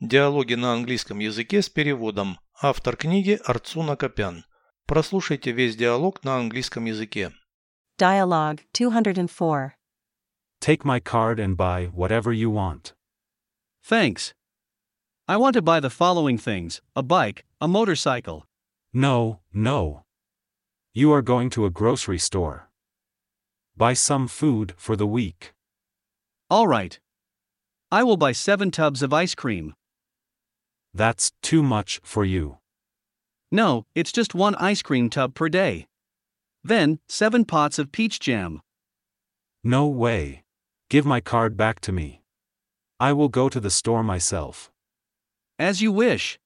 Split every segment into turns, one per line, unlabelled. Диалоги на английском языке с переводом. Автор книги Арцуна Копян. Прослушайте весь диалог на английском языке.
Dialogue 204.
Take my card and buy whatever you want.
Thanks. I want to buy the following things a bike, a motorcycle.
No, no. You are going to a grocery store. Buy some food for the week.
All right. I will buy seven tubs of ice cream.
That's too much for you.
No, it's just one ice cream tub per day. Then, seven pots of peach jam.
No way. Give my card back to me. I will go to the store myself.
As you wish.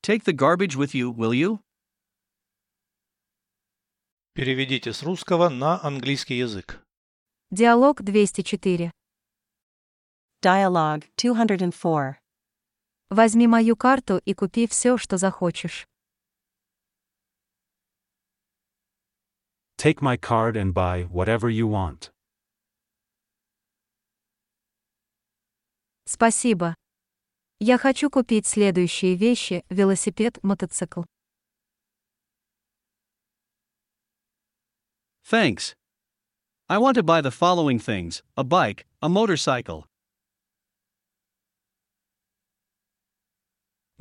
Take the garbage with you, will you?
Переведите с русского на английский язык.
Диалог 204.
Dialogue 204.
Возьми мою карту и купи все, что захочешь.
Take my card and buy whatever you want.
Спасибо. Я хочу купить следующие вещи: велосипед, мотоцикл.
Thanks. I want to buy the following things a bike, a motorcycle.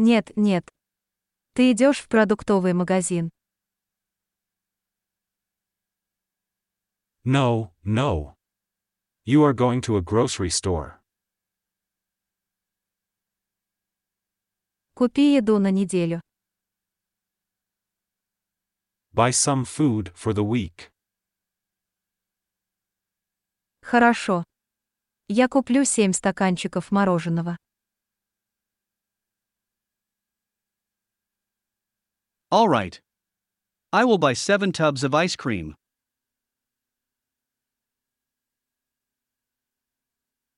Нет, нет. Ты идешь в продуктовый магазин.
No, no. You are going to a grocery store.
Купи еду на неделю.
Buy some food for the week.
Хорошо. Я куплю семь стаканчиков мороженого.
All right. I will buy seven tubs of ice cream.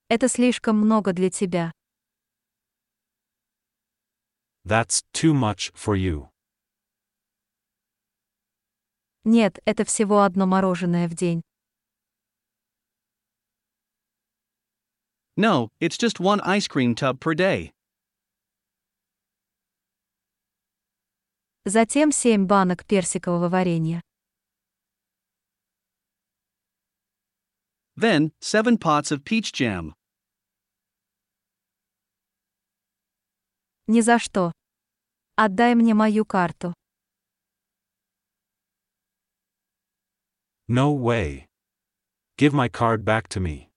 Это слишком много для тебя.
That's too much for you.
Нет, это всего одно мороженое в день.
No, it's just one ice cream tub per day.
Затем семь банок персикового варенья.
Then, seven pots of peach jam.
Ни за что. Отдай мне мою карту.
No way. Give my card back to me.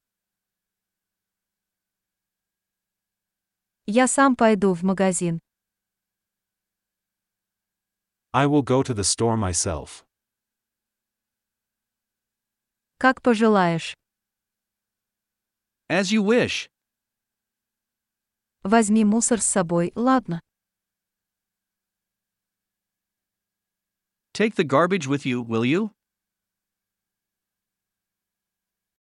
Я сам пойду в магазин.
I will go to the store myself.
Как пожелаешь.
As you wish.
Возьми мусор с собой, ладно.
Take the garbage with you, will you?